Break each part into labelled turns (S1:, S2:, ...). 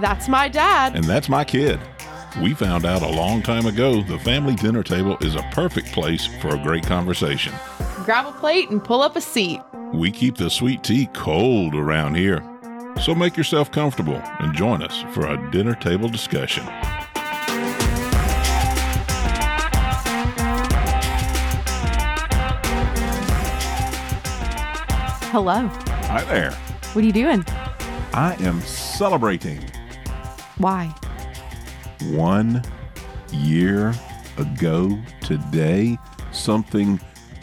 S1: That's my dad.
S2: And that's my kid. We found out a long time ago the family dinner table is a perfect place for a great conversation.
S1: Grab a plate and pull up a seat.
S2: We keep the sweet tea cold around here. So make yourself comfortable and join us for a dinner table discussion.
S1: Hello.
S2: Hi there.
S1: What are you doing?
S2: I am celebrating
S1: Why?
S2: one year ago today. Something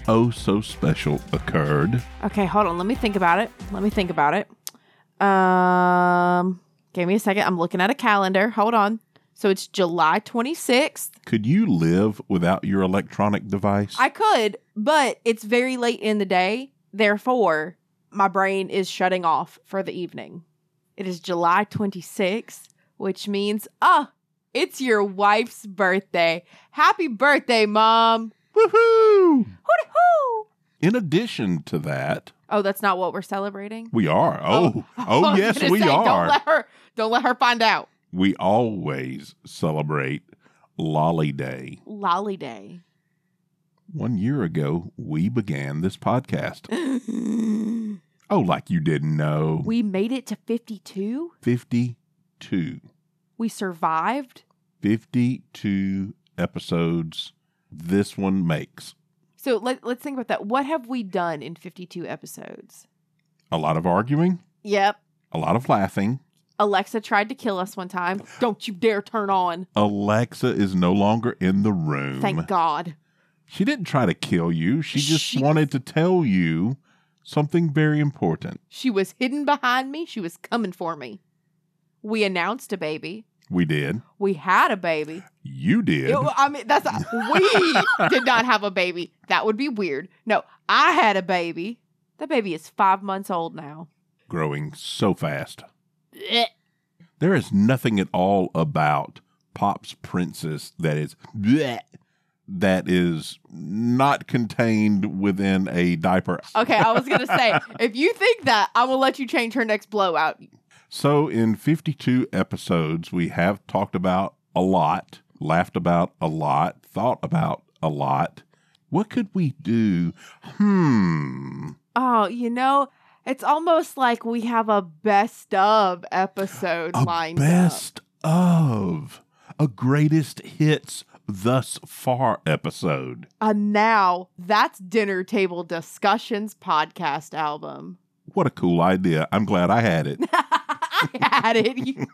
S2: oh so special occurred.
S1: Okay, hold on. Let me think about it. Let me think about it. Um, give me a second. I'm looking at a calendar. Hold on. So it's July 26th.
S2: Could you live without your electronic device?
S1: I could, but it's very late in the day. Therefore, my brain is shutting off for the evening. It is July 26th, which means, ah, it's your wife's birthday. Happy birthday, Mom.
S2: Woohoo!
S1: Hoo-dee-hoo.
S2: In addition to that,
S1: Oh, that's not what we're celebrating?
S2: we are. Oh, oh,
S1: I was
S2: yes,
S1: gonna
S2: we
S1: say,
S2: are.
S1: Don't let her, don't let her find out.
S2: we always celebrate Lolly Day.
S1: Lolly Day.
S2: One year ago, we began this podcast. Oh, like you didn't know.
S1: we made it to 52.
S2: 52.
S1: We survived.
S2: 52 episodes this one makes.
S1: So let, let's think about that. What have we done in 52 episodes?
S2: A lot of arguing,
S1: Yep.
S2: a lot of laughing.
S1: Alexa tried to kill us one time. Don't you dare turn on.
S2: Alexa is no longer in the room.
S1: Thank God.
S2: She didn't try to kill you. She just
S1: She-
S2: wanted to tell you something very important.
S1: She was hidden behind me. She was coming for me. We announced a baby.
S2: We did.
S1: We had a baby.
S2: You did.
S1: It- I mean, that's we did not have a baby. That would be weird. No, I had a baby. That baby is five months old now.
S2: Growing so fast.
S1: Eh.
S2: There is nothing at all about Pop's Princess that is bleh, that is not contained within a diaper.
S1: Okay, I was gonna say if you think that, I will let you change her next blowout.
S2: So, in 52 episodes, we have talked about a lot, laughed about a lot, thought about a lot. What could we do? Hmm.
S1: Oh, you know, it's almost like we have a best of episode
S2: A
S1: lined up.
S2: best of a greatest hits thus far episode.
S1: And now that's dinner table discussions podcast album.
S2: What a cool idea. I'm glad I had it.
S1: I had it.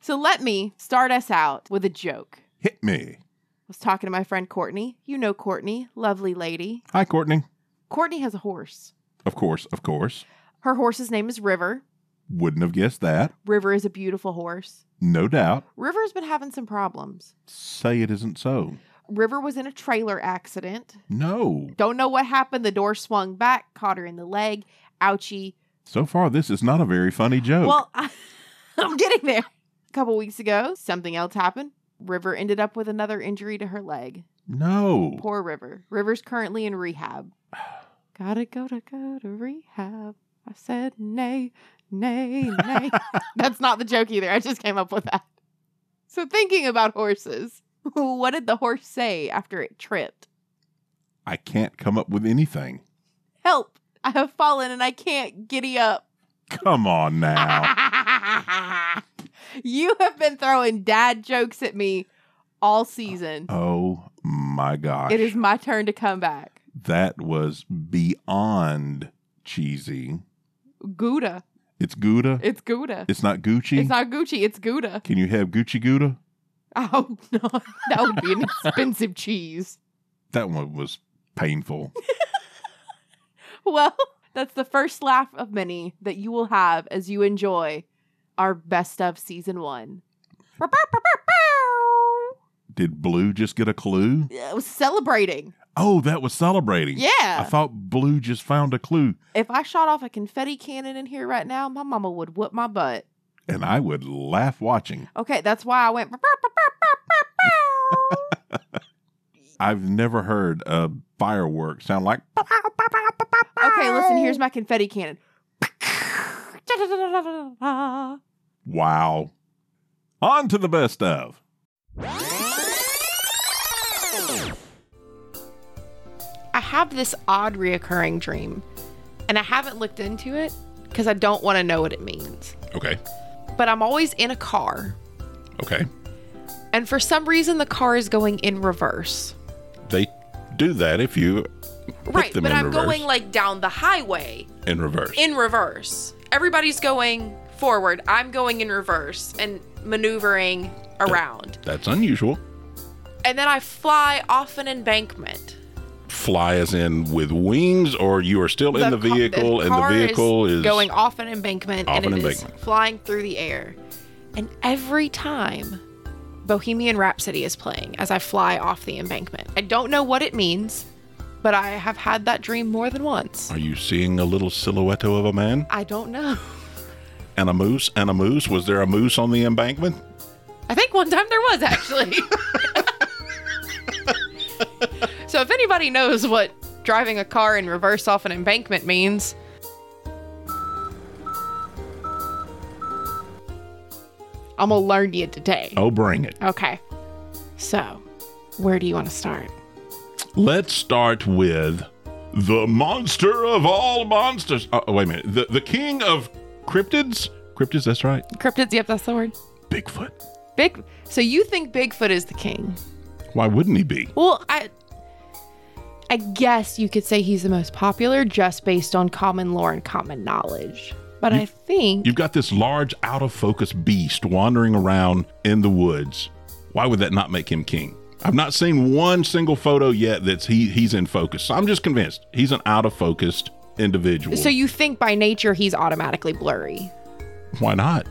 S1: so let me start us out with a joke.
S2: Hit
S1: I
S2: me.
S1: was talking to my friend Courtney. You know Courtney, lovely lady.
S2: Hi, Courtney.
S1: Courtney has a horse.
S2: Of course, of course.
S1: Her horse's name is River.
S2: Wouldn't have guessed that.
S1: River is a beautiful horse.
S2: No doubt.
S1: River's been having some problems.
S2: Say it isn't so.
S1: River was in a trailer accident.
S2: No.
S1: Don't know what happened. The door swung back, caught her in the leg. Ouchie.
S2: So far, this is not a very funny joke.
S1: Well, I, I'm getting there. A couple weeks ago, something else happened. River ended up with another injury to her leg.
S2: no.
S1: Poor River. River's currently in rehab. Gotta go to go to rehab. I said nay, nay, nay. That's not the joke either. I just came up with that. So thinking about horses, what did the horse say after it tripped?
S2: I can't come up with anything.
S1: Help! I have fallen and I can't giddy up.
S2: Come on now.
S1: you have been throwing dad jokes at me all season.
S2: oh my gosh.
S1: It is my turn to come back.
S2: That was beyond cheesy.
S1: Gouda.
S2: It's Gouda.
S1: It's Gouda.
S2: It's not Gucci.
S1: It's not Gucci. It's Gouda.
S2: Can you have Gucci Gouda?
S1: I hope not. That would be an expensive cheese.
S2: That one was painful.
S1: Well, that's the first laugh of many that you will have as you enjoy our best of season one.
S2: Did Blue just get a clue?
S1: It was celebrating.
S2: Oh, that was celebrating. I
S1: Yeah.
S2: thought Blue just found a clue,
S1: If I shot off a confetti cannon in here right now, my mama would whoop my butt.
S2: and I would laugh watching.
S1: Okay, that's why I went.
S2: I've never heard a firework sound like.
S1: Okay, listen, here's my confetti cannon.
S2: Wow. On to the best of.
S1: I have this odd reoccurring dream, and I haven't looked into it because I don't want to know what it means.
S2: Okay.
S1: But I'm always in a car,
S2: Okay.
S1: and for some reason, the car is going in reverse.
S2: They do that if you put
S1: right,
S2: them
S1: but
S2: in
S1: I'm
S2: reverse.
S1: going like down the highway
S2: in reverse.
S1: in reverse. Everybody's going forward. I'm going in reverse and maneuvering around.
S2: That's unusual.
S1: And then I fly off an embankment.
S2: Fly as in with wings, or you are still in the
S1: ca-
S2: vehicle, and the
S1: car
S2: vehicle is,
S1: going off an embankment
S2: Off
S1: and
S2: an
S1: it is
S2: embankment.
S1: flying through the air. And every time Bohemian Rhapsody is playing as I fly off the embankment. I don't know what it means, but I have had that dream more than once.
S2: Are you seeing a little silhouette of a man
S1: I don't know.
S2: and a moose and a moose? Was there a moose on the embankment?
S1: I think one time there was actually. so if anybody knows what driving a car in reverse off an embankment means, I'm gonna learn you today.
S2: Oh, bring it.
S1: Okay. So, where do you want to start?
S2: Let's start with the monster of all monsters. Oh, wait a minute. The the king of cryptids. Cryptids. That's right.
S1: Cryptids. Yep, that's the word.
S2: Bigfoot.
S1: Big. So you think Bigfoot is the king?
S2: Why wouldn't he be?
S1: Well, I. I guess you could say he's the most popular just based on common lore and common knowledge. But I think
S2: You've got this large, out of focus beast wandering around in the woods. Why would that not make him king? I've not seen one single photo yet that's he he's in focus. So I'm just convinced he's an out of focused individual.
S1: So you think by nature he's automatically blurry.
S2: Why not?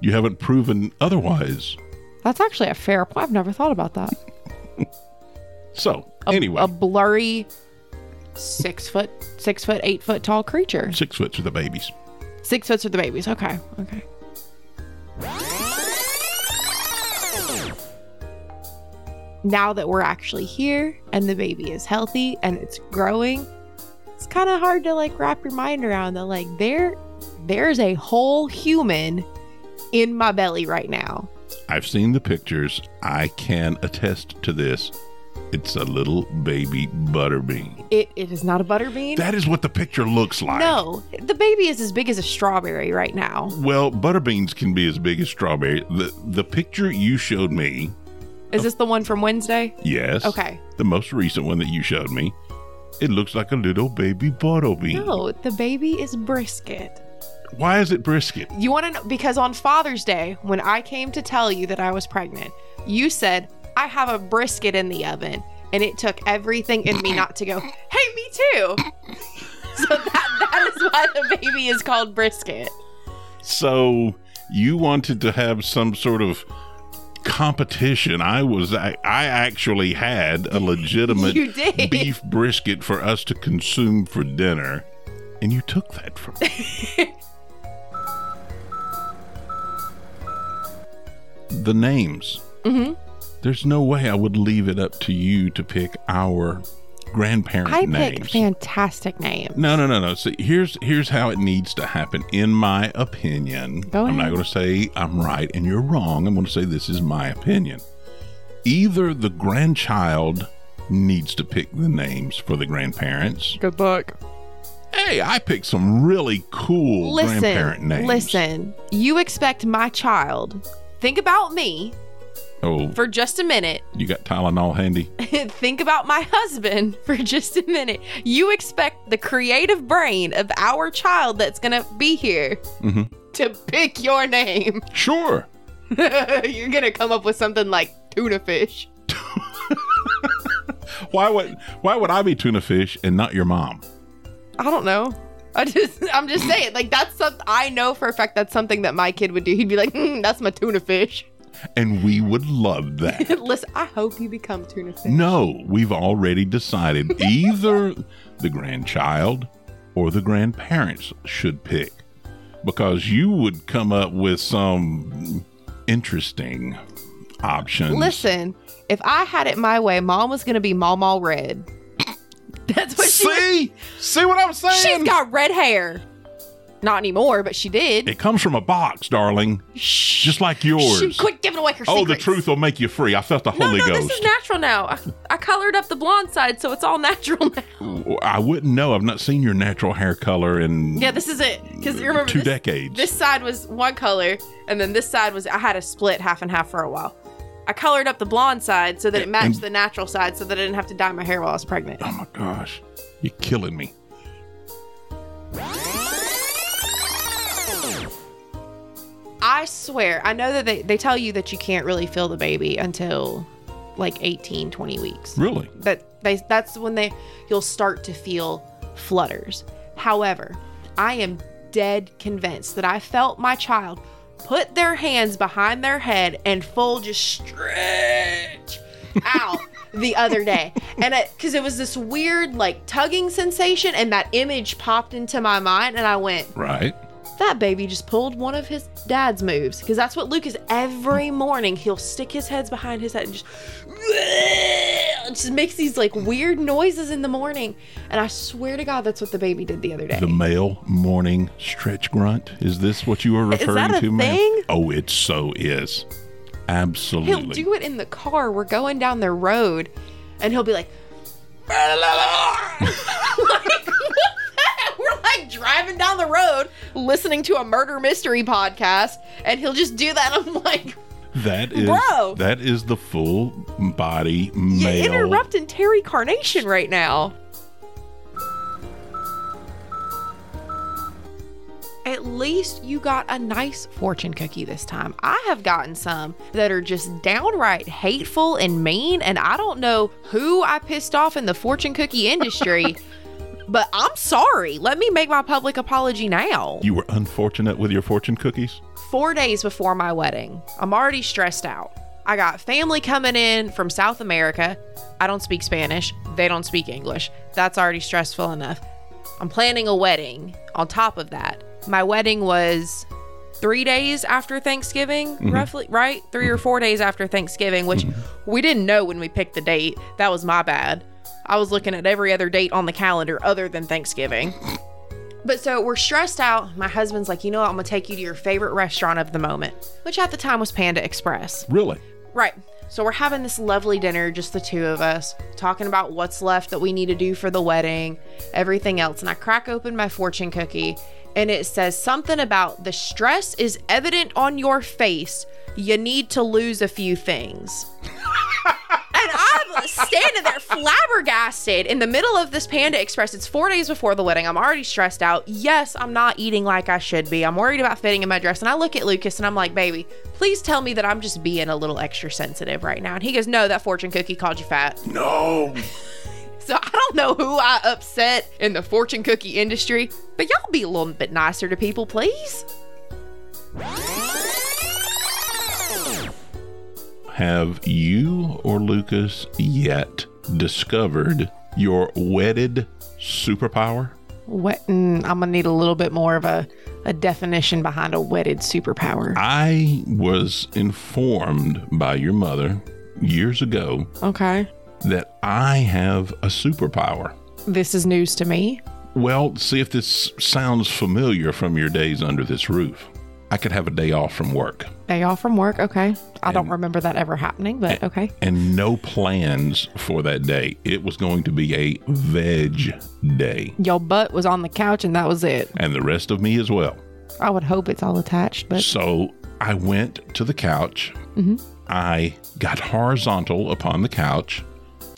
S2: You haven't proven otherwise.
S1: That's actually a fair point. I've never thought about that.
S2: So
S1: A,
S2: anyway,
S1: a blurry six foot, six foot, eight foot tall creature.
S2: six foot to the babies.
S1: Six foots are the babies. Okay, okay. Now that we're actually here and the baby is healthy and it's growing, it's kind of hard to like wrap your mind around that like there there's a whole human in my belly right now.
S2: I've seen the pictures. I can attest to this. It's a little baby butterbean.
S1: It, it is not a butterbean.
S2: That is what the picture looks like.
S1: no, the baby is as big as a strawberry right now.
S2: Well, butterbeans can be as big as strawberry. The the picture you showed me,
S1: Is this the one from Wednesday?
S2: yes.
S1: Okay.
S2: The most recent one that you showed me, it looks like a little baby butterbean.
S1: No, the baby is brisket.
S2: Why is it brisket?
S1: You want to know because on Father's Day, when I came to tell you that I was pregnant, you said, I have a brisket in the oven. And it took everything in me not to go, hey, me too. so that, that is why the baby is called brisket.
S2: So you wanted to have some sort of competition. I was I, I actually had a legitimate
S1: You did.
S2: beef brisket for us to consume for dinner, and you took that from me. the names.
S1: hmm
S2: There's no way I would leave it up to you to pick our grandparent
S1: I
S2: names.
S1: picked fantastic names.
S2: No, no, no, no. See, here's here's how it needs to happen, in my opinion.
S1: Go
S2: I'm not
S1: ahead.
S2: going to say I'm right and you're wrong. I'm going to say this is my opinion. Either the grandchild needs to pick the names for the grandparents.
S1: Good book.
S2: Hey, I picked some really cool grandparent
S1: Listen,
S2: names.
S1: listen, you expect my child, think about me
S2: Oh,
S1: for just a minute.
S2: you got Tylenol handy?
S1: think about my husband for just a minute. You expect the creative brain of our child that's going to be here
S2: Mhm.
S1: to pick your name.
S2: Sure.
S1: You're going to come up with something like tuna fish.
S2: Why would why would I be tuna fish and not your mom?
S1: I don't know. I just I'm just saying like that's something I know for a fact that's something that my kid would do. He'd be like, mm, "That's my tuna fish."
S2: And we would love that.
S1: Listen, I hope you become tuna fish.
S2: No, we've already decided either the grandchild or the grandparents should pick because you would come up with some interesting options.
S1: Listen, if I had it my way, mom was going to be Mama Red. That's what she
S2: see, see what I'm saying?
S1: She's got red hair. Not anymore, but she did.
S2: It comes from a box, darling,
S1: Shh.
S2: just like yours.
S1: Shh, quit giving away her
S2: oh,
S1: secrets.
S2: the truth will make you free. I felt the
S1: No,
S2: Holy
S1: no,
S2: Ghost.
S1: this is natural now. I, I colored up the blonde side, so it's all natural now.
S2: I wouldn't know. I've not seen your natural hair color in
S1: Yeah, this is it. Because remember,
S2: two
S1: this,
S2: decades.
S1: this side was one color, and then this side was I had a split half and half for a while. I colored up the blonde side so that it matched
S2: And-
S1: the natural side, so that I didn't have to dye my hair while I was pregnant.
S2: oh my gosh, you're killing me.
S1: I swear, I know that they, they tell you that you can't really feel the baby until like 18, 20 weeks.
S2: Really?
S1: that they that's when they you'll start to feel flutters. However, I am dead convinced that I felt my child put their hands behind their head and full just stretch out the other day. And because it was this weird like tugging sensation and that image popped into my mind and I went,
S2: Right.
S1: that baby just pulled one of his dad's moves because that's what Luke is every morning. He'll stick his heads behind his head and just, just makes these like weird noises in the morning. And I swear to God, that's what the baby did the other day.
S2: The male morning stretch grunt. Is this what you were
S1: Is that
S2: referring
S1: a
S2: to, ma'am?
S1: thing?
S2: Oh, it so is.
S1: he'll
S2: Absolutely.
S1: do it in the car. We're going down the road and he'll be like, like, what the heck? We're like driving down the road listening to a murder mystery podcast and he'll just do that. I'm like,
S2: that is
S1: Bro.
S2: that is the full body
S1: You're
S2: male.
S1: interrupting Terry Carnation right now. At least you got a nice fortune cookie this time. I have gotten some that are just downright hateful and mean, and I don't know who I pissed off in the fortune cookie industry, but I'm sorry. Let me make my public apology now.
S2: You were unfortunate with your fortune cookies.
S1: Four days before my wedding, I'm already stressed out. I got family coming in from South America. I don't speak Spanish. They don't speak English. That's already stressful enough. I'm planning a wedding on top of that. My wedding was three days after Thanksgiving, roughly, right? 3 or four days after Thanksgiving, which we didn't know when we picked the date. That was my bad. I was looking at every other date on the calendar other than Thanksgiving. But so we're stressed out. My husband's like, you know what? I'm gonna take you to your favorite restaurant of the moment, which at the time was Panda Express.
S2: Really?
S1: Right. So we're having this lovely dinner, just the two of us, talking about what's left that we need to do for the wedding, everything else. And I crack open my fortune cookie and it says something about the stress is evident on your face. You need to lose a few things. And I'm standing there flabbergasted in the middle of this Panda Express. It's four days before the wedding. I'm already stressed out. Yes, I'm not eating like I should be. I'm worried about fitting in my dress. And I look at Lucas and I'm like, baby, please tell me that I'm just being a little extra sensitive right now. And he goes, no, that fortune cookie called you fat.
S2: No.
S1: So I don't know who I upset in the fortune cookie industry, but y'all be a little bit nicer to people, please.
S2: Have you or Lucas yet discovered your wedded superpower?
S1: Wet, Mm, I'm gonna need a little bit more of a, a definition behind a wedded superpower.
S2: I was informed by your mother years ago
S1: Okay.
S2: that I have a superpower.
S1: This is news to me.
S2: Well, see if this sounds familiar from your days under this roof. I could have a day off from work
S1: Day off from work. Okay. I don't remember that ever happening, but okay.
S2: and no plans for that day. It was going to be a veg day
S1: Your butt was on the couch and that was it.
S2: and the rest of me as well.
S1: I would hope it's all attached, but
S2: So I went to the couch. I got horizontal upon the couch.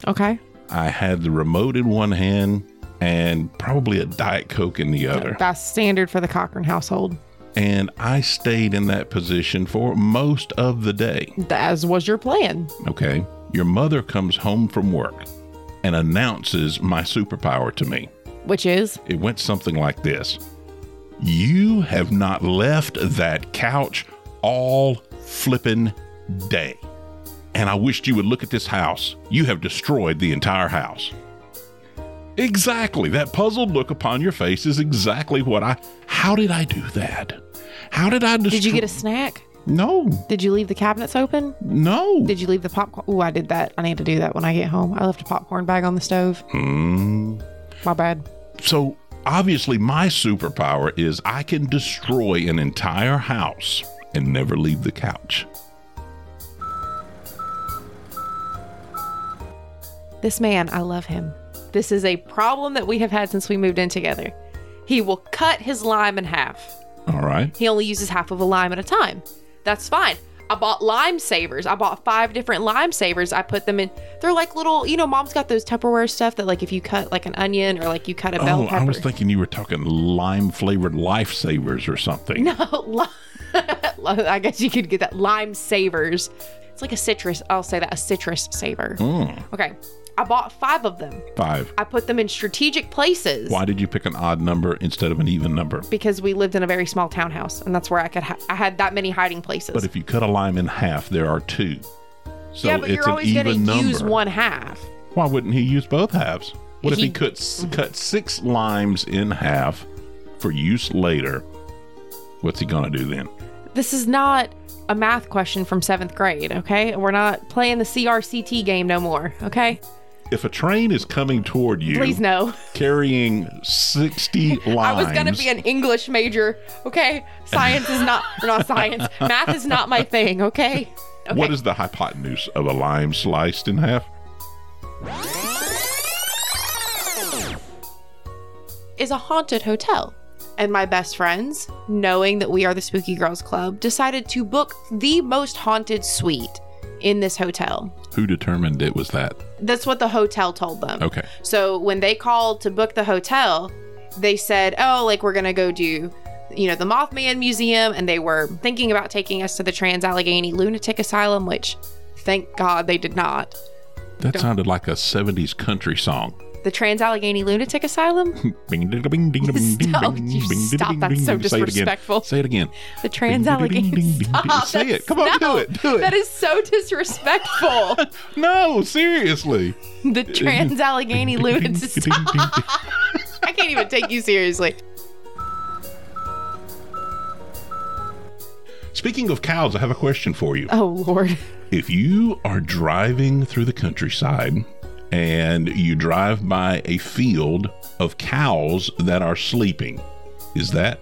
S1: okay.
S2: I had the remote in one hand and probably a Diet Coke in the other.
S1: That's standard for the Cochran household,
S2: And I stayed in that position for most of the day.
S1: as was your plan.
S2: Okay. Your mother comes home from work and announces my superpower to me.
S1: Which is,
S2: It went something like this You have not left that couch all flippin' day. And I wished you would look at this house. You have destroyed the entire house. Exactly. That puzzled look upon your face is exactly what I. How did I do that? How did I destroy?
S1: did you get a snack?
S2: No,
S1: Did you leave the cabinets open?
S2: no.
S1: Did you leave the popcorn? Ooh, I did that. I need to do that when I get home. I left a popcorn bag on the stove.
S2: Mm.
S1: My bad.
S2: So Obviously, my superpower is I can destroy an entire house and never leave the couch.
S1: This man, I love him. This is a problem that we have had since we moved in together. He will cut his lime in half.
S2: All right.
S1: He only uses half of a lime at a time. That's fine. I bought lime savers. I bought five different lime savers. I put them in. They're like little, you know, mom's got those Tupperware stuff that, like, if you cut like an onion or like you cut a bell
S2: Oh,
S1: pepper.
S2: I was thinking you were talking lime flavored lifesavers or something.
S1: No, li- I guess you could get that lime savers. It's like a citrus. I'll say that a citrus saver.
S2: Mm,
S1: Okay, I bought five of them.
S2: five.
S1: I put them in strategic places
S2: Why did you pick an odd number instead of an even number?
S1: because we lived in a very small townhouse, and that's where I could. Ha- I had that many hiding places.
S2: But if you cut a lime in half, there are two. So
S1: yeah, but
S2: it's
S1: you're always
S2: an
S1: gonna
S2: even number.
S1: use one half.
S2: Why wouldn't he use both halves? What if he
S1: He- Mm-hmm.
S2: cut, s- cut six limes in half for use later? What's he going to do then?
S1: This is not a math question from seventh grade. Okay, we're not playing the CRCT game no more. Okay,
S2: If a train is coming toward you
S1: please no.
S2: carrying 60 limes,
S1: I was gonna be an English major. Okay, science is not or not science. Math is not my thing. Okay. Okay.
S2: what is the hypotenuse of a lime sliced in half?
S1: is a haunted hotel. And my best friends, knowing that we are the Spooky Girls Club, decided to book the most haunted suite in this hotel.
S2: Who determined it was that?
S1: That's what the hotel told them.
S2: Okay.
S1: So when they called to book the hotel, they said, "Oh, like we're gonna go do, you know, the Mothman Museum," and they were thinking about taking us to the Trans Allegheny Lunatic Asylum, which, thank God, they did not.
S2: That sounded like a 70s country song.
S1: The Trans Allegheny Lunatic Asylum,
S2: Bing, ding, bing, ding, ding, ding,
S1: Stop.
S2: bing,
S1: You
S2: bing, ding,
S1: stop.
S2: ding,
S1: That's
S2: ding,
S1: so
S2: ding. Say it again.
S1: disrespectful.
S2: Say it again.
S1: the Trans
S2: Ding, ding, ding,
S1: Allegheny.
S2: ding, ding, ding.
S1: Stop.
S2: Say
S1: that's-
S2: it. Come on, do
S1: no.
S2: it, do it.
S1: That is so disrespectful.
S2: No, seriously.
S1: the Trans Allegheny Lunatic Asylum. I can't even take you seriously.
S2: Speaking of cows, I have a question for you.
S1: Oh Lord.
S2: If you are driving through the countryside and you drive by a field of cows that are sleeping, is that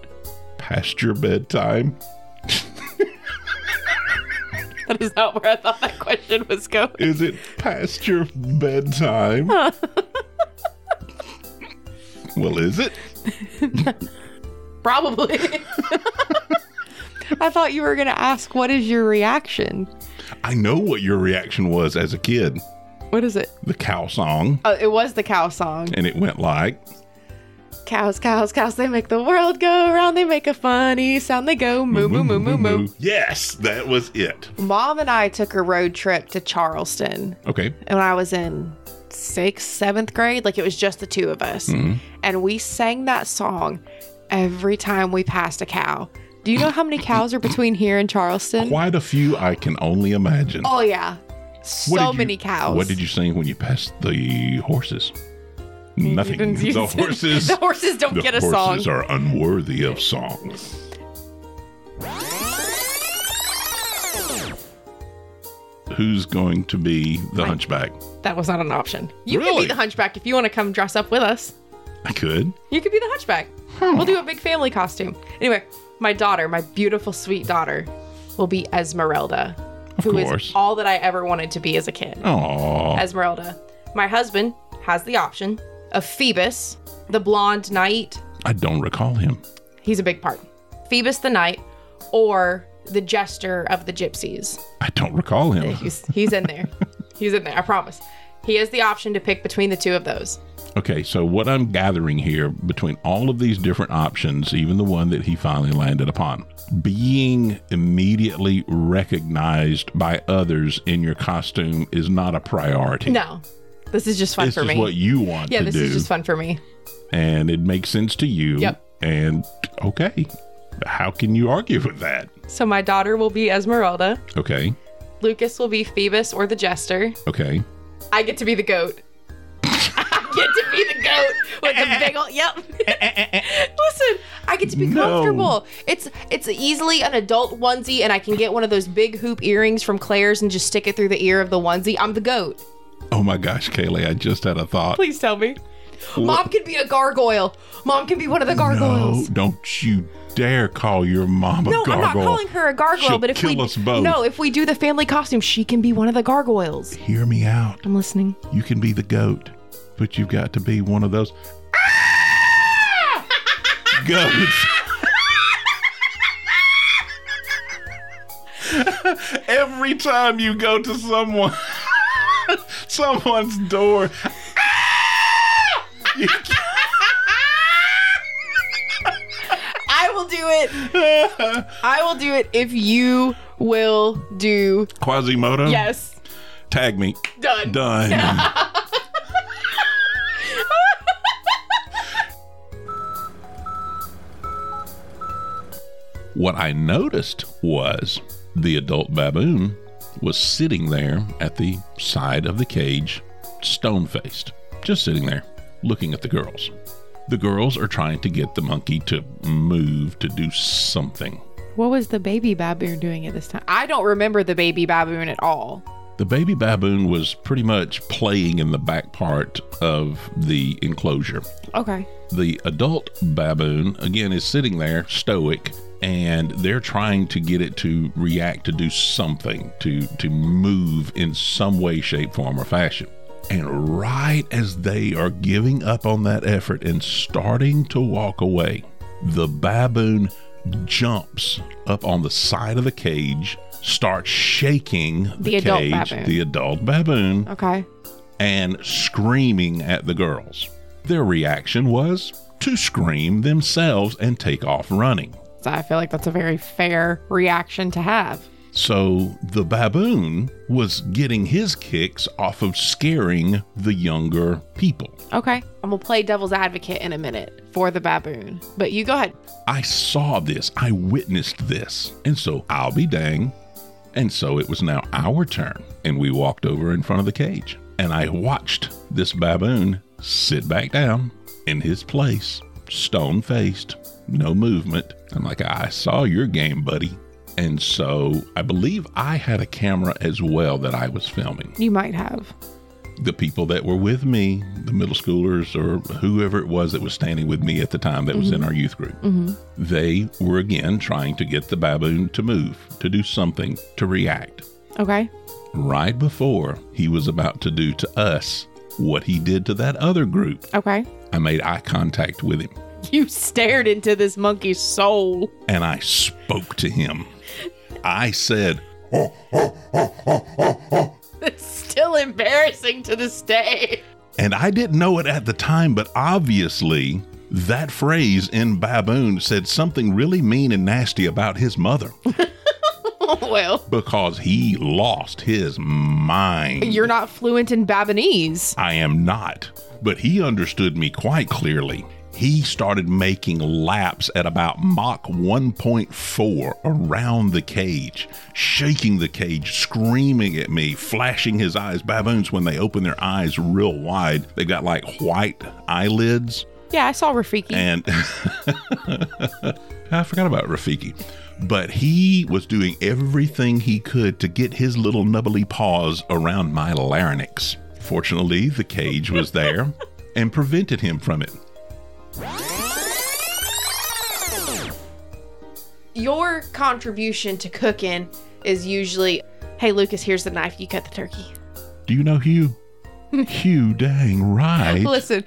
S2: past your bedtime?
S1: That is not where I thought that question was going.
S2: Is it past your bedtime? well, is it?
S1: Probably. I thought you were going to ask, what is your reaction?
S2: I know what your reaction was as a kid.
S1: What is it?
S2: The cow song,
S1: Oh, it was the cow song.
S2: and it went like,
S1: Cows, cows, cows, they make the world go round. They make a funny sound. They go moo, moo, moo, moo, moo.
S2: Yes, that was it.
S1: Mom and I took a road trip to Charleston
S2: Okay.
S1: when I was in sixth, seventh grade. Like it was just the two of us.
S2: Mm-hmm.
S1: And we sang that song every time we passed a cow. Do you know how many cows are between here and Charleston?
S2: Quite a few I can only imagine.
S1: Oh, yeah.
S2: What
S1: So
S2: did you-
S1: many cows.
S2: What did you sing when you passed the horses? Nothing.
S1: didn't use
S2: The
S1: it.
S2: horses.
S1: The horses don't
S2: the
S1: get a
S2: horses
S1: song.
S2: are unworthy of songs. Who's going to be the hunchback?
S1: that was not an option. You could
S2: Really?
S1: be the hunchback if you want to come dress up with us.
S2: I could.
S1: You could be the hunchback. We'll do a big family costume. Anyway, my daughter, my beautiful, sweet daughter, will be Esmeralda,
S2: Of
S1: who is
S2: course. Oh.
S1: all that I ever wanted to be as a kid.
S2: Aw.
S1: Esmeralda. My husband has the option of Phoebus, the blonde knight.
S2: I don't recall him.
S1: He's a big part. Phoebus the knight, or the jester of the gypsies.
S2: I don't recall him.
S1: He's he's in there. he's in there. I promise. He has the option to pick between the two of those.
S2: Okay, so what I'm gathering here between all of these different options, even the one that he finally landed upon, being immediately recognized by others in your costume is not a priority.
S1: No, this is just fun
S2: this
S1: for
S2: is
S1: me.
S2: what you want
S1: yeah,
S2: to
S1: this
S2: do,
S1: is just fun for me.
S2: and it makes sense to you.
S1: Yep.
S2: And okay, how can you argue with that?
S1: So my daughter will be Esmeralda.
S2: Okay,
S1: Lucas will be Phoebus or the jester.
S2: okay.
S1: I get to be the goat. I get to be the goat with the big ol' yep. Listen, I get to be
S2: No.
S1: comfortable. It's it's easily an adult onesie, and I can get one of those big hoop earrings from Claire's and just stick it through the ear of the onesie. I'm the goat.
S2: Oh my gosh, Kaylee, I just had a thought.
S1: Please tell me.
S2: What-
S1: Mom can be a gargoyle. Mom can be one of the
S2: No,
S1: gargoyles.
S2: don't you dare call your mom a
S1: No,
S2: gargoyle.
S1: I'm not calling her a gargoyle,
S2: She'll
S1: but if
S2: kill
S1: we
S2: us both.
S1: No, if we do the family costume, she can be one of the gargoyles.
S2: Hear me out.
S1: I'm listening.
S2: You can be the goat, but you've got to be one of those goats. Every time you go to someone, someone's door, you-
S1: I will do it. I will do it if you will do
S2: Quasimodo,
S1: yes.
S2: tag me.
S1: Done.
S2: Done. What I noticed was the adult baboon was sitting there at the side of the cage, stone faced, just sitting there looking at the girls. The girls are trying to get the monkey to move, to do something.
S1: What was the baby baboon doing at this time? I don't remember the baby baboon at all.
S2: The baby baboon was pretty much playing in the back part of the enclosure.
S1: Okay.
S2: The adult baboon, again, is sitting there stoic and they're trying to get it to react to do something, to, to move in some way, shape, form, or fashion. And right as they are giving up on that effort and starting to walk away, the baboon jumps up on the side of the cage, starts shaking the,
S1: The adult
S2: cage,
S1: baboon.
S2: the adult baboon,
S1: Okay.
S2: and screaming at the girls. Their reaction was to scream themselves and take off running.
S1: So I feel like that's a very fair reaction to have.
S2: So the baboon was getting his kicks off of scaring the younger people.
S1: Okay. I'm going to play devil's advocate in a minute for the baboon. But you go ahead.
S2: I saw this, I witnessed this, and so I'll be dang. And so it was now our turn, and we walked over in front of the cage. And I watched this baboon sit back down in his place, stone faced, no movement. I'm like, I saw your game, buddy. And so I believe I had a camera as well that I was filming
S1: You might have.
S2: the people that were with me, the middle schoolers or whoever it was that was standing with me at the time that was in our youth group, they were again trying to get the baboon to move, to do something, to react.
S1: Okay.
S2: Right before he was about to do to us what he did to that other group,
S1: Okay.
S2: I made eye contact with him
S1: You stared into this monkey's soul.
S2: and I spoke to him. I said,
S1: It's still embarrassing to this day.
S2: And I didn't know it at the time, but obviously that phrase in Baboon said something really mean and nasty about his mother
S1: Oh, well,
S2: because he lost his mind.
S1: you're not fluent in Babanese.
S2: I am not, but he understood me quite clearly. He started making laps at about Mach 1.4 around the cage, shaking the cage, screaming at me, flashing his eyes. Baboons, when they open their eyes real wide, they've got like white eyelids.
S1: Yeah, I saw Rafiki.
S2: And I forgot about Rafiki. But he was doing everything he could to get his little nubbly paws around my larynx. Fortunately, the cage was there and prevented him from it.
S1: Your contribution to cooking is usually, hey, Lucas, here's the knife. You cut the turkey.
S2: Do you know Hugh? Hugh, dang right.
S1: Listen,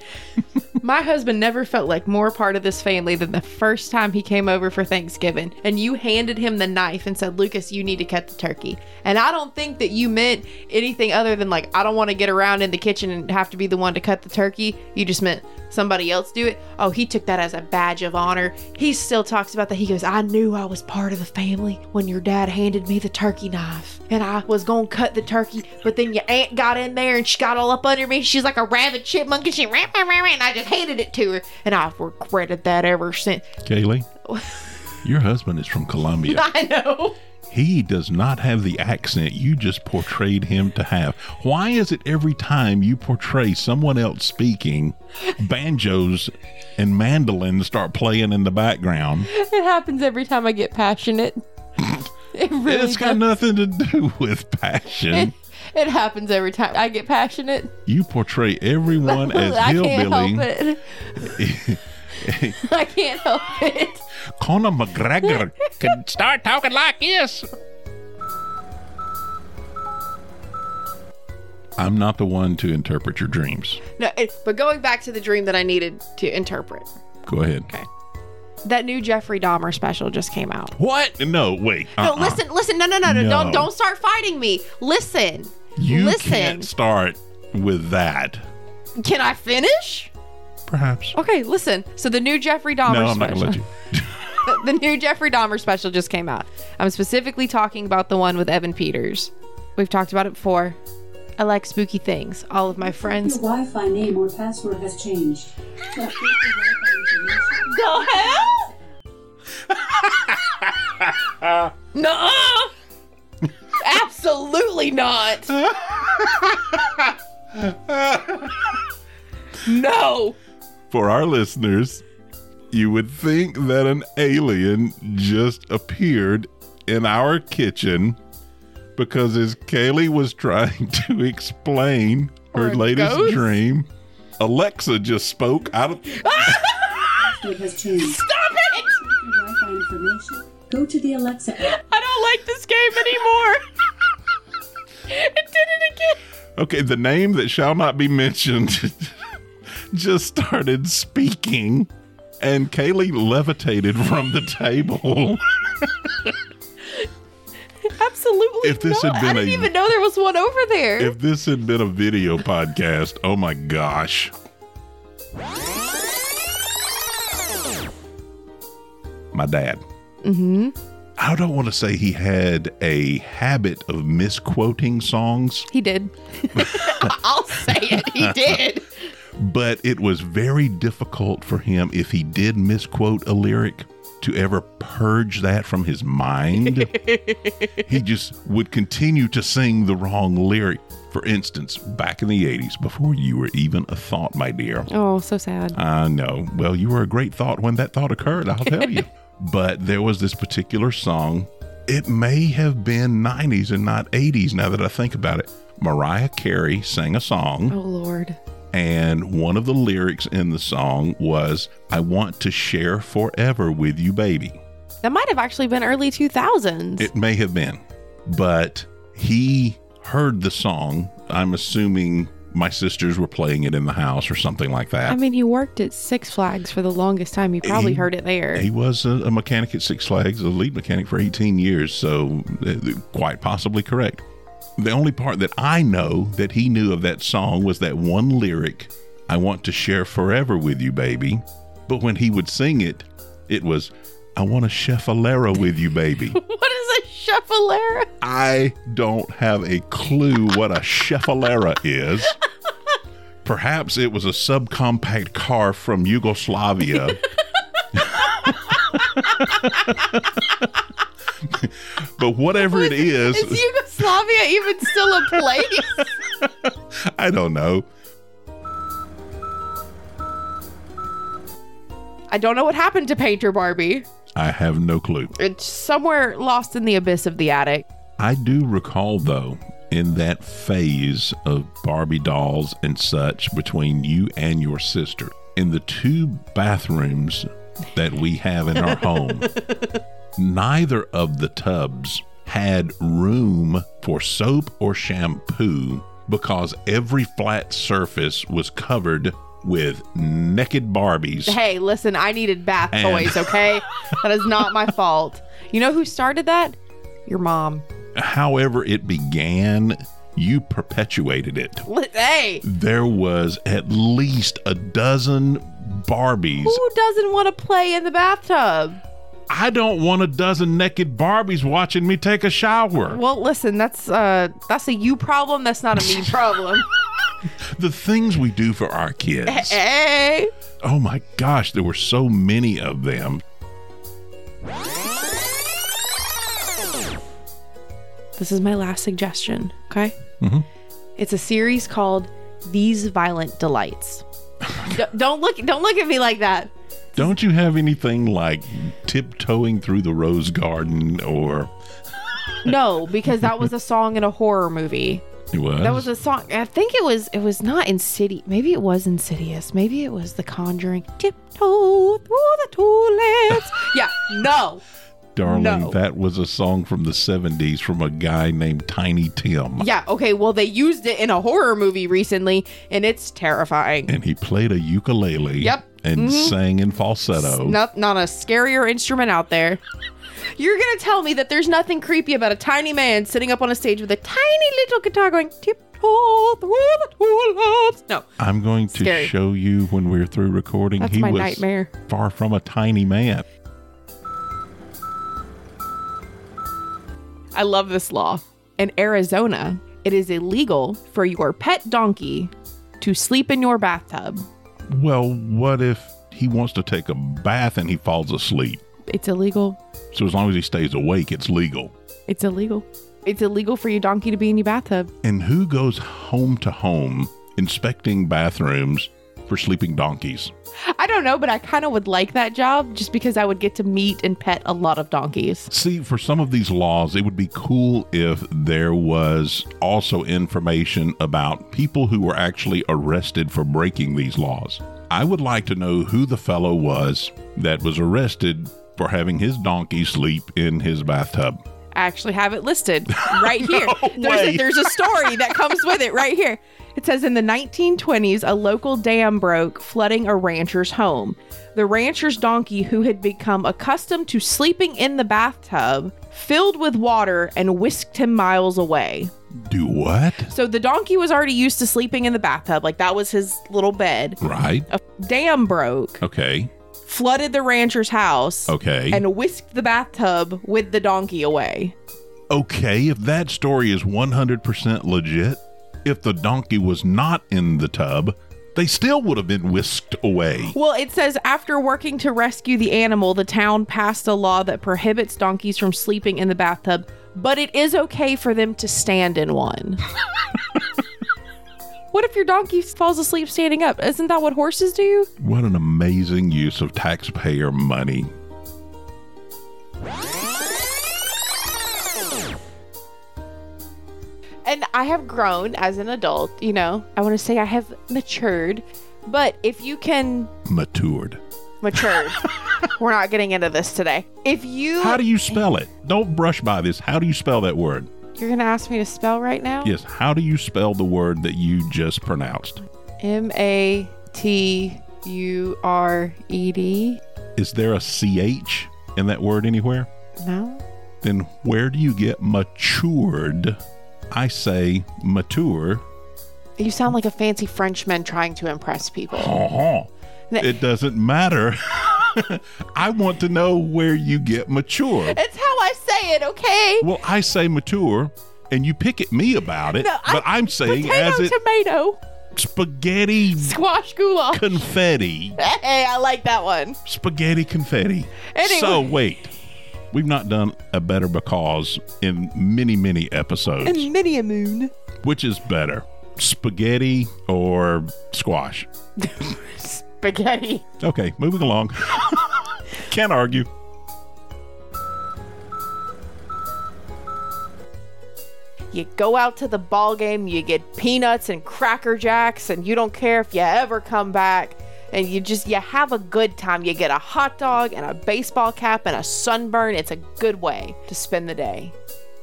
S1: my husband never felt like more part of this family than the first time he came over for Thanksgiving and you handed him the knife and said, Lucas, you need to cut the turkey. And I don't think that you meant anything other than, like, I don't want to get around in the kitchen and have to be the one to cut the turkey. You just meant somebody else do it. Oh, he took that as a badge of honor. He still talks about that. He goes, I knew I was part of the family when your dad handed me the turkey knife. And I was going to cut the turkey, but then your aunt got in there and she got all up under me. She's like a rabid chipmunk and she ran, ran, ran, and I just handed it to her. And I've regretted that ever since.
S2: Kaylee, your husband is from Colombia.
S1: I know.
S2: He does not have the accent you just portrayed him to have. Why is it every time you portray someone else speaking, banjos and mandolins start playing in the background?
S1: It happens every time I get passionate. It really
S2: it's got nothing to do with passion.
S1: It happens every time. I get passionate.
S2: You portray everyone as
S1: I can't help
S2: hillbilly.
S1: it. I can't help it.
S2: Conor McGregor can start talking like this. I'm not the one to interpret your dreams.
S1: No, it, but going back to the dream that I needed to interpret.
S2: Go ahead.
S1: Okay. That new Jeffrey Dahmer special just came out.
S2: What? No, wait.
S1: No,
S2: Uh-uh.
S1: listen, listen, no, no, no, no,
S2: No.
S1: don't, don't start fighting me. Listen,
S2: You
S1: listen.
S2: can't start with that.
S1: Can I finish?
S2: Perhaps.
S1: Okay, listen. So the new Jeffrey Dahmer
S2: no,
S1: special.
S2: I'm not going to let you.
S1: the new Jeffrey Dahmer special just came out. I'm specifically talking about the one with Evan Peters. We've talked about it before. I like spooky things. All of my friends.
S3: Your Wi-Fi name or password has changed. To update your Wi-Fi information,
S1: The hell? no. Absolutely not. no.
S2: For our listeners, you would think that an alien just appeared in our kitchen because as Kaylee was trying to explain
S1: Or
S2: her
S1: a
S2: latest
S1: ghost?
S2: dream, Alexa just spoke out of
S3: Password has changed.
S1: Stop it.
S3: Your Wi-Fi information. Go to the Alexa app.
S1: I don't like this game anymore. it did it again.
S2: Okay, the name that shall not be mentioned just started speaking, and Kaylee levitated from the table.
S1: Absolutely
S2: If this had
S1: not.
S2: been
S1: I didn't
S2: a-
S1: even know there was one over there.
S2: if this had been a video podcast, oh my gosh. My dad.
S1: mm-hmm.
S2: I don't want to say he had a habit of misquoting songs,
S1: He did. I'll say it. He did.
S2: but it was very difficult for him if he did misquote a lyric to ever purge that from his mind. he just would continue to sing the wrong lyric. For instance, back in the 80s, before you were even a thought, my dear,
S1: Oh, so sad.
S2: I know. Well, you were a great thought when that thought occurred, I'll tell you. But there was this particular song. It may have been 90s and not 80s now that I think about it. Mariah Carey sang a song,
S1: Oh, Lord.
S2: and one of the lyrics in the song was, I want to share forever with you, baby.
S1: That might have actually been early 2000s.
S2: It may have been, but he heard the song. I'm assuming my sisters were playing it in the house or something like that.
S1: I mean, he worked at Six Flags for the longest time. You probably
S2: He-
S1: heard it there.
S2: He was a, a mechanic at Six Flags, a lead mechanic for 18 years, so uh, quite possibly correct. The only part that I know that he knew of that song was that one lyric, I want to share forever with you, baby. But when he would sing it, it was, I want to chef with you, baby.
S1: what is a chefalera?
S2: I don't have a clue what a chefalera is. Perhaps it was a subcompact car from Yugoslavia. but whatever it
S1: Is
S2: is,
S1: Yugoslavia even still a place?
S2: I don't know.
S1: I don't know what happened to Painter Barbie.
S2: I have no clue.
S1: It's somewhere lost in the abyss of the attic.
S2: I do recall, though, in that phase of Barbie dolls and such between you and your sister, in the two bathrooms that we have in our home, neither of the tubs had room for soap or shampoo because every flat surface was covered with naked Barbies.
S1: Hey, listen, I needed bath
S2: And-
S1: toys, okay? that is not my fault. You know who started that? Your mom.
S2: However, it began, you perpetuated it.
S1: Li- Hey,
S2: there was at least a dozen Barbies.
S1: who doesn't want to play in the bathtub?
S2: I don't want a dozen naked Barbies watching me take a shower.
S1: Well, listen, that's uh that's a you problem, that's not a me problem.
S2: The things we do for our kids.
S1: Eh, hey.
S2: oh my gosh, there were so many of them.
S1: This is my last suggestion, okay?
S2: Mhm.
S1: It's a series called These Violent Delights. D- don't look don't look at me like that.
S2: Don't you have anything like tiptoeing through the rose garden or
S1: No, because that was a song in a horror movie.
S2: It was.
S1: That was a song. I think it was. It was not Insidious. Maybe it was Insidious. Maybe it was The Conjuring. Tiptoe through the tulips. yeah. No.
S2: Darling,
S1: No.
S2: that was a song from the 70s from a guy named Tiny Tim.
S1: Yeah. Okay. Well, they used it in a horror movie recently, and it's terrifying.
S2: And he played a ukulele.
S1: Yep.
S2: And
S1: Mhm.
S2: sang in falsetto.
S1: Not not a scarier instrument out there. You're gonna tell me that there's nothing creepy about a tiny man sitting up on a stage with a tiny little guitar going tiptoe through the tulips. No,
S2: I'm going to
S1: Scary.
S2: show you when we're through recording.
S1: that's
S2: he
S1: my
S2: was
S1: nightmare.
S2: far from a tiny man.
S1: I love this law. In Arizona, it is illegal for your pet donkey to sleep in your bathtub.
S2: Well, what if he wants to take a bath and he falls asleep?
S1: It's illegal.
S2: So as long as he stays awake, it's legal.
S1: It's illegal. It's illegal for your donkey to be in your bathtub.
S2: And who goes home to home inspecting bathrooms for sleeping donkeys?
S1: I don't know, but I kind of would like that job just because I would get to meet and pet a lot of donkeys.
S2: See, for some of these laws, it would be cool if there was also information about people who were actually arrested for breaking these laws. I would like to know who the fellow was that was arrested for having his donkey sleep in his bathtub.
S1: I actually have it listed right here. there's,
S2: way.
S1: a, there's a story that comes with it right here. It says in the 1920s, a local dam broke, flooding a rancher's home. The rancher's donkey, who had become accustomed to sleeping in the bathtub, filled with water and whisked him miles away.
S2: Do what?
S1: So the donkey was already used to sleeping in the bathtub, like that was his little bed.
S2: Right?
S1: A dam broke,
S2: Okay.
S1: flooded the rancher's house,
S2: Okay.
S1: and whisked the bathtub with the donkey away.
S2: Okay, if that story is 100% legit, if the donkey was not in the tub, they still would have been whisked away.
S1: Well, it says after working to rescue the animal, the town passed a law that prohibits donkeys from sleeping in the bathtub, but it is okay for them to stand in one. what if your donkey falls asleep standing up? Isn't that what horses do?
S2: What an amazing use of taxpayer money.
S1: And I have grown as an adult, you know. I want to say I have matured, but if you can
S2: Matured.
S1: matured. We're not getting into this today. If you,
S2: How do you spell it? Don't brush by this. How do you spell that word?
S1: you're gonna ask me to spell right now,
S2: Yes, how do you spell the word that you just pronounced?
S1: M A T U R E D.
S2: Is there a CH in that word anywhere?
S1: No.
S2: Then where do you get matured? I say mature.
S1: You sound like a fancy Frenchman trying to impress people.
S2: Uh-huh.
S1: Th-
S2: It doesn't matter. I want to know where you get mature.
S1: It's how I say it, okay?
S2: Well, I say mature, and you pick at me about it,
S1: No, I-
S2: but I'm saying as
S1: Potato,
S2: it
S1: tomato,
S2: spaghetti
S1: squash goulash.
S2: confetti.
S1: Hey, I like that one.
S2: Spaghetti confetti.
S1: Anyway.
S2: So, wait. We've not done a better because in many, many episodes.
S1: And mini a moon.
S2: Which is better, spaghetti or squash?
S1: Spaghetti.
S2: Okay, moving along. Can't argue.
S1: You go out to the ball game, you get peanuts and cracker jacks, and you don't care if you ever come back. And you just you have a good time. You get a hot dog and a baseball cap and a sunburn. It's a good way to spend the day.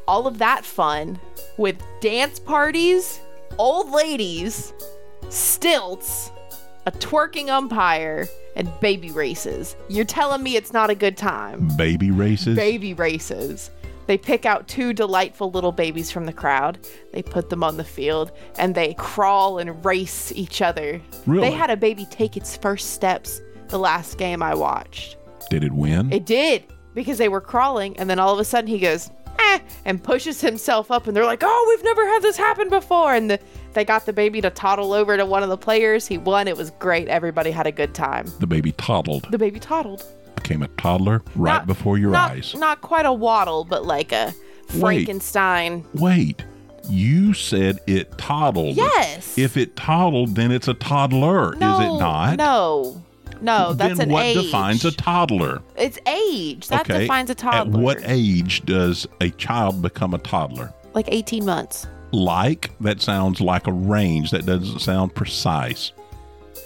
S1: All of that fun with dance parties, old ladies, stilts, a twerking umpire, and baby races. You're telling me it's not a good time
S2: Baby races.
S1: baby races. They pick out two delightful little babies from the crowd. They put them on the field and they crawl and race each other.
S2: Really?
S1: They had a baby take its first steps the last game I watched.
S2: Did it win?
S1: It did because they were crawling and then all of a sudden he goes, eh, and pushes himself up and they're like, oh, we've never had this happen before. And the, they got the baby to toddle over to one of the players. He won. It was great. Everybody had a good time.
S2: the baby toddled.
S1: The baby toddled.
S2: became a toddler right
S1: Not-
S2: before your
S1: not,
S2: eyes.
S1: Not quite a waddle, but like a
S2: Wait.
S1: Frankenstein.
S2: Wait, you said it toddled.
S1: Yes.
S2: If it toddled, then it's a toddler,
S1: no,
S2: is it not?
S1: No. No, Oh, that's
S2: then
S1: an
S2: what
S1: age.
S2: defines a toddler?
S1: It's age. That
S2: okay.
S1: defines a toddler.
S2: At what age does a child become a toddler?
S1: Like 18 months.
S2: like, that sounds like a range. That doesn't sound precise.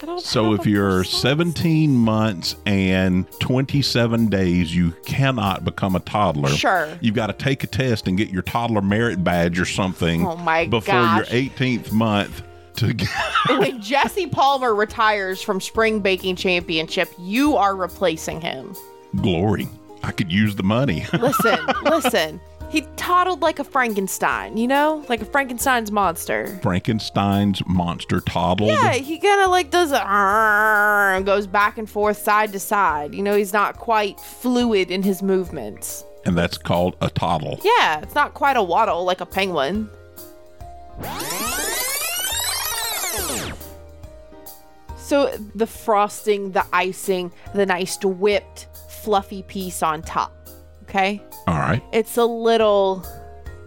S1: I don't
S2: So
S1: have
S2: if
S1: a
S2: you're
S1: precise-
S2: 17 months and 27 days, you cannot become a toddler.
S1: Sure.
S2: You've got to take a test and get your toddler merit badge or something
S1: Oh my
S2: before
S1: gosh.
S2: your 18th month to get.
S1: when Jesse Palmer retires from Spring Baking Championship, you are replacing him.
S2: Glory. I could use the money.
S1: Listen, listen. He toddled like a Frankenstein, you know? Like a Frankenstein's monster.
S2: Frankenstein's monster toddled.
S1: Yeah, he kind of like does a "Arr," and goes back and forth side to side. You know, he's not quite fluid in his movements.
S2: And that's called a toddle.
S1: Yeah, it's not quite a waddle like a penguin. So the frosting, the icing, the nice whipped fluffy piece on top. Okay?
S2: All right.
S1: It's a little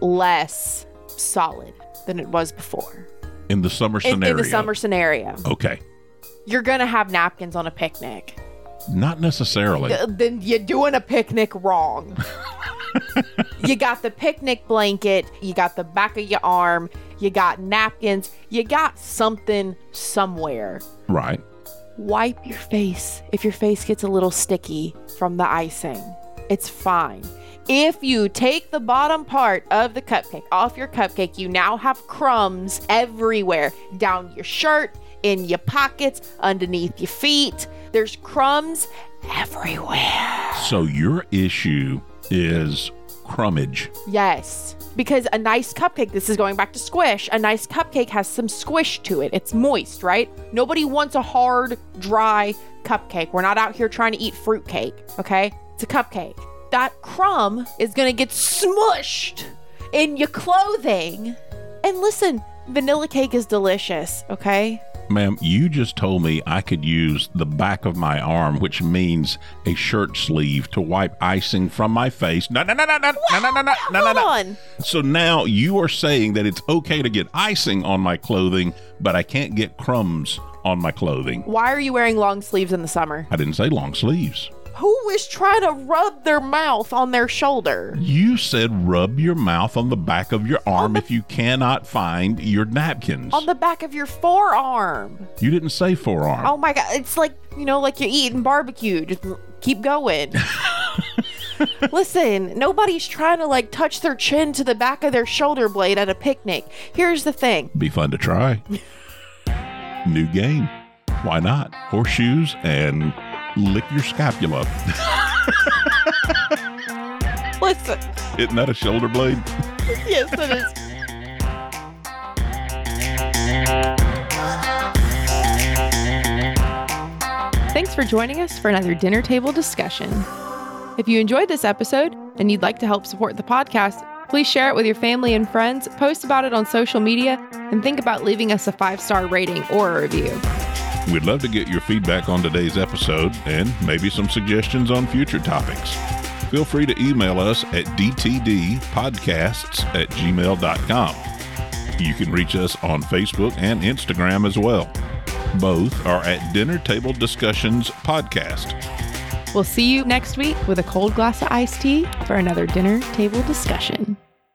S1: less solid than it was before.
S2: In the summer
S1: In-
S2: scenario.
S1: in the summer scenario.
S2: Okay.
S1: You're going to have napkins on a picnic.
S2: Not necessarily.
S1: Th- Uh, then you're doing a picnic wrong. you got the picnic blanket, you got the back of your arm, you got napkins, you got something somewhere.
S2: Right.
S1: Wipe your face if your face gets a little sticky from the icing. It's fine. If you take the bottom part of the cupcake off your cupcake, you now have crumbs everywhere down your shirt, in your pockets, underneath your feet. There's crumbs everywhere.
S2: So your issue is crummage.
S1: Yes. Because a nice cupcake, this is going back to squish, a nice cupcake has some squish to it. It's moist, right? Nobody wants a hard, dry cupcake. We're not out here trying to eat fruitcake, okay? It's a cupcake. That crumb is going to get smushed in your clothing. And listen, vanilla cake is delicious, okay?
S2: Ma'am, you just told me I could use the back of my arm, which means a shirt sleeve, to wipe icing from my face. No, no, no, no, no, no, no, no, no, no, no,
S1: Hold
S2: no.
S1: on.
S2: So now you are saying that it's okay to get icing on my clothing, but I can't get crumbs on my clothing.
S1: Why are you wearing long sleeves in the summer?
S2: I didn't say long sleeves.
S1: Who is trying to rub their mouth on their shoulder?
S2: You said rub your mouth on the back of your arm
S1: the-
S2: if you cannot find your napkins.
S1: On the back of your forearm.
S2: you didn't say forearm.
S1: Oh my god, it's like you know, like you're eating barbecue. Just keep going. Listen, nobody's trying to like touch their chin to the back of their shoulder blade at a picnic. Here's the thing.
S2: Be fun to try. New game. Why not? Horseshoes and lick your scapula.
S1: Listen,
S2: Isn't that a shoulder blade?
S1: yes, it is. Thanks for joining us for another dinner table discussion. If you enjoyed this episode and you'd like to help support the podcast, please share it with your family and friends, post about it on social media, and think about leaving us a five star rating or a review.
S2: We'd love to get your feedback on today's episode and maybe some suggestions on future topics. Feel free to email us at dtdpodcasts at gmail.com. You can reach us on Facebook and Instagram as well. Both are at Dinner Table Discussions Podcast.
S1: We'll see you next week with a cold glass of iced tea for another dinner table discussion.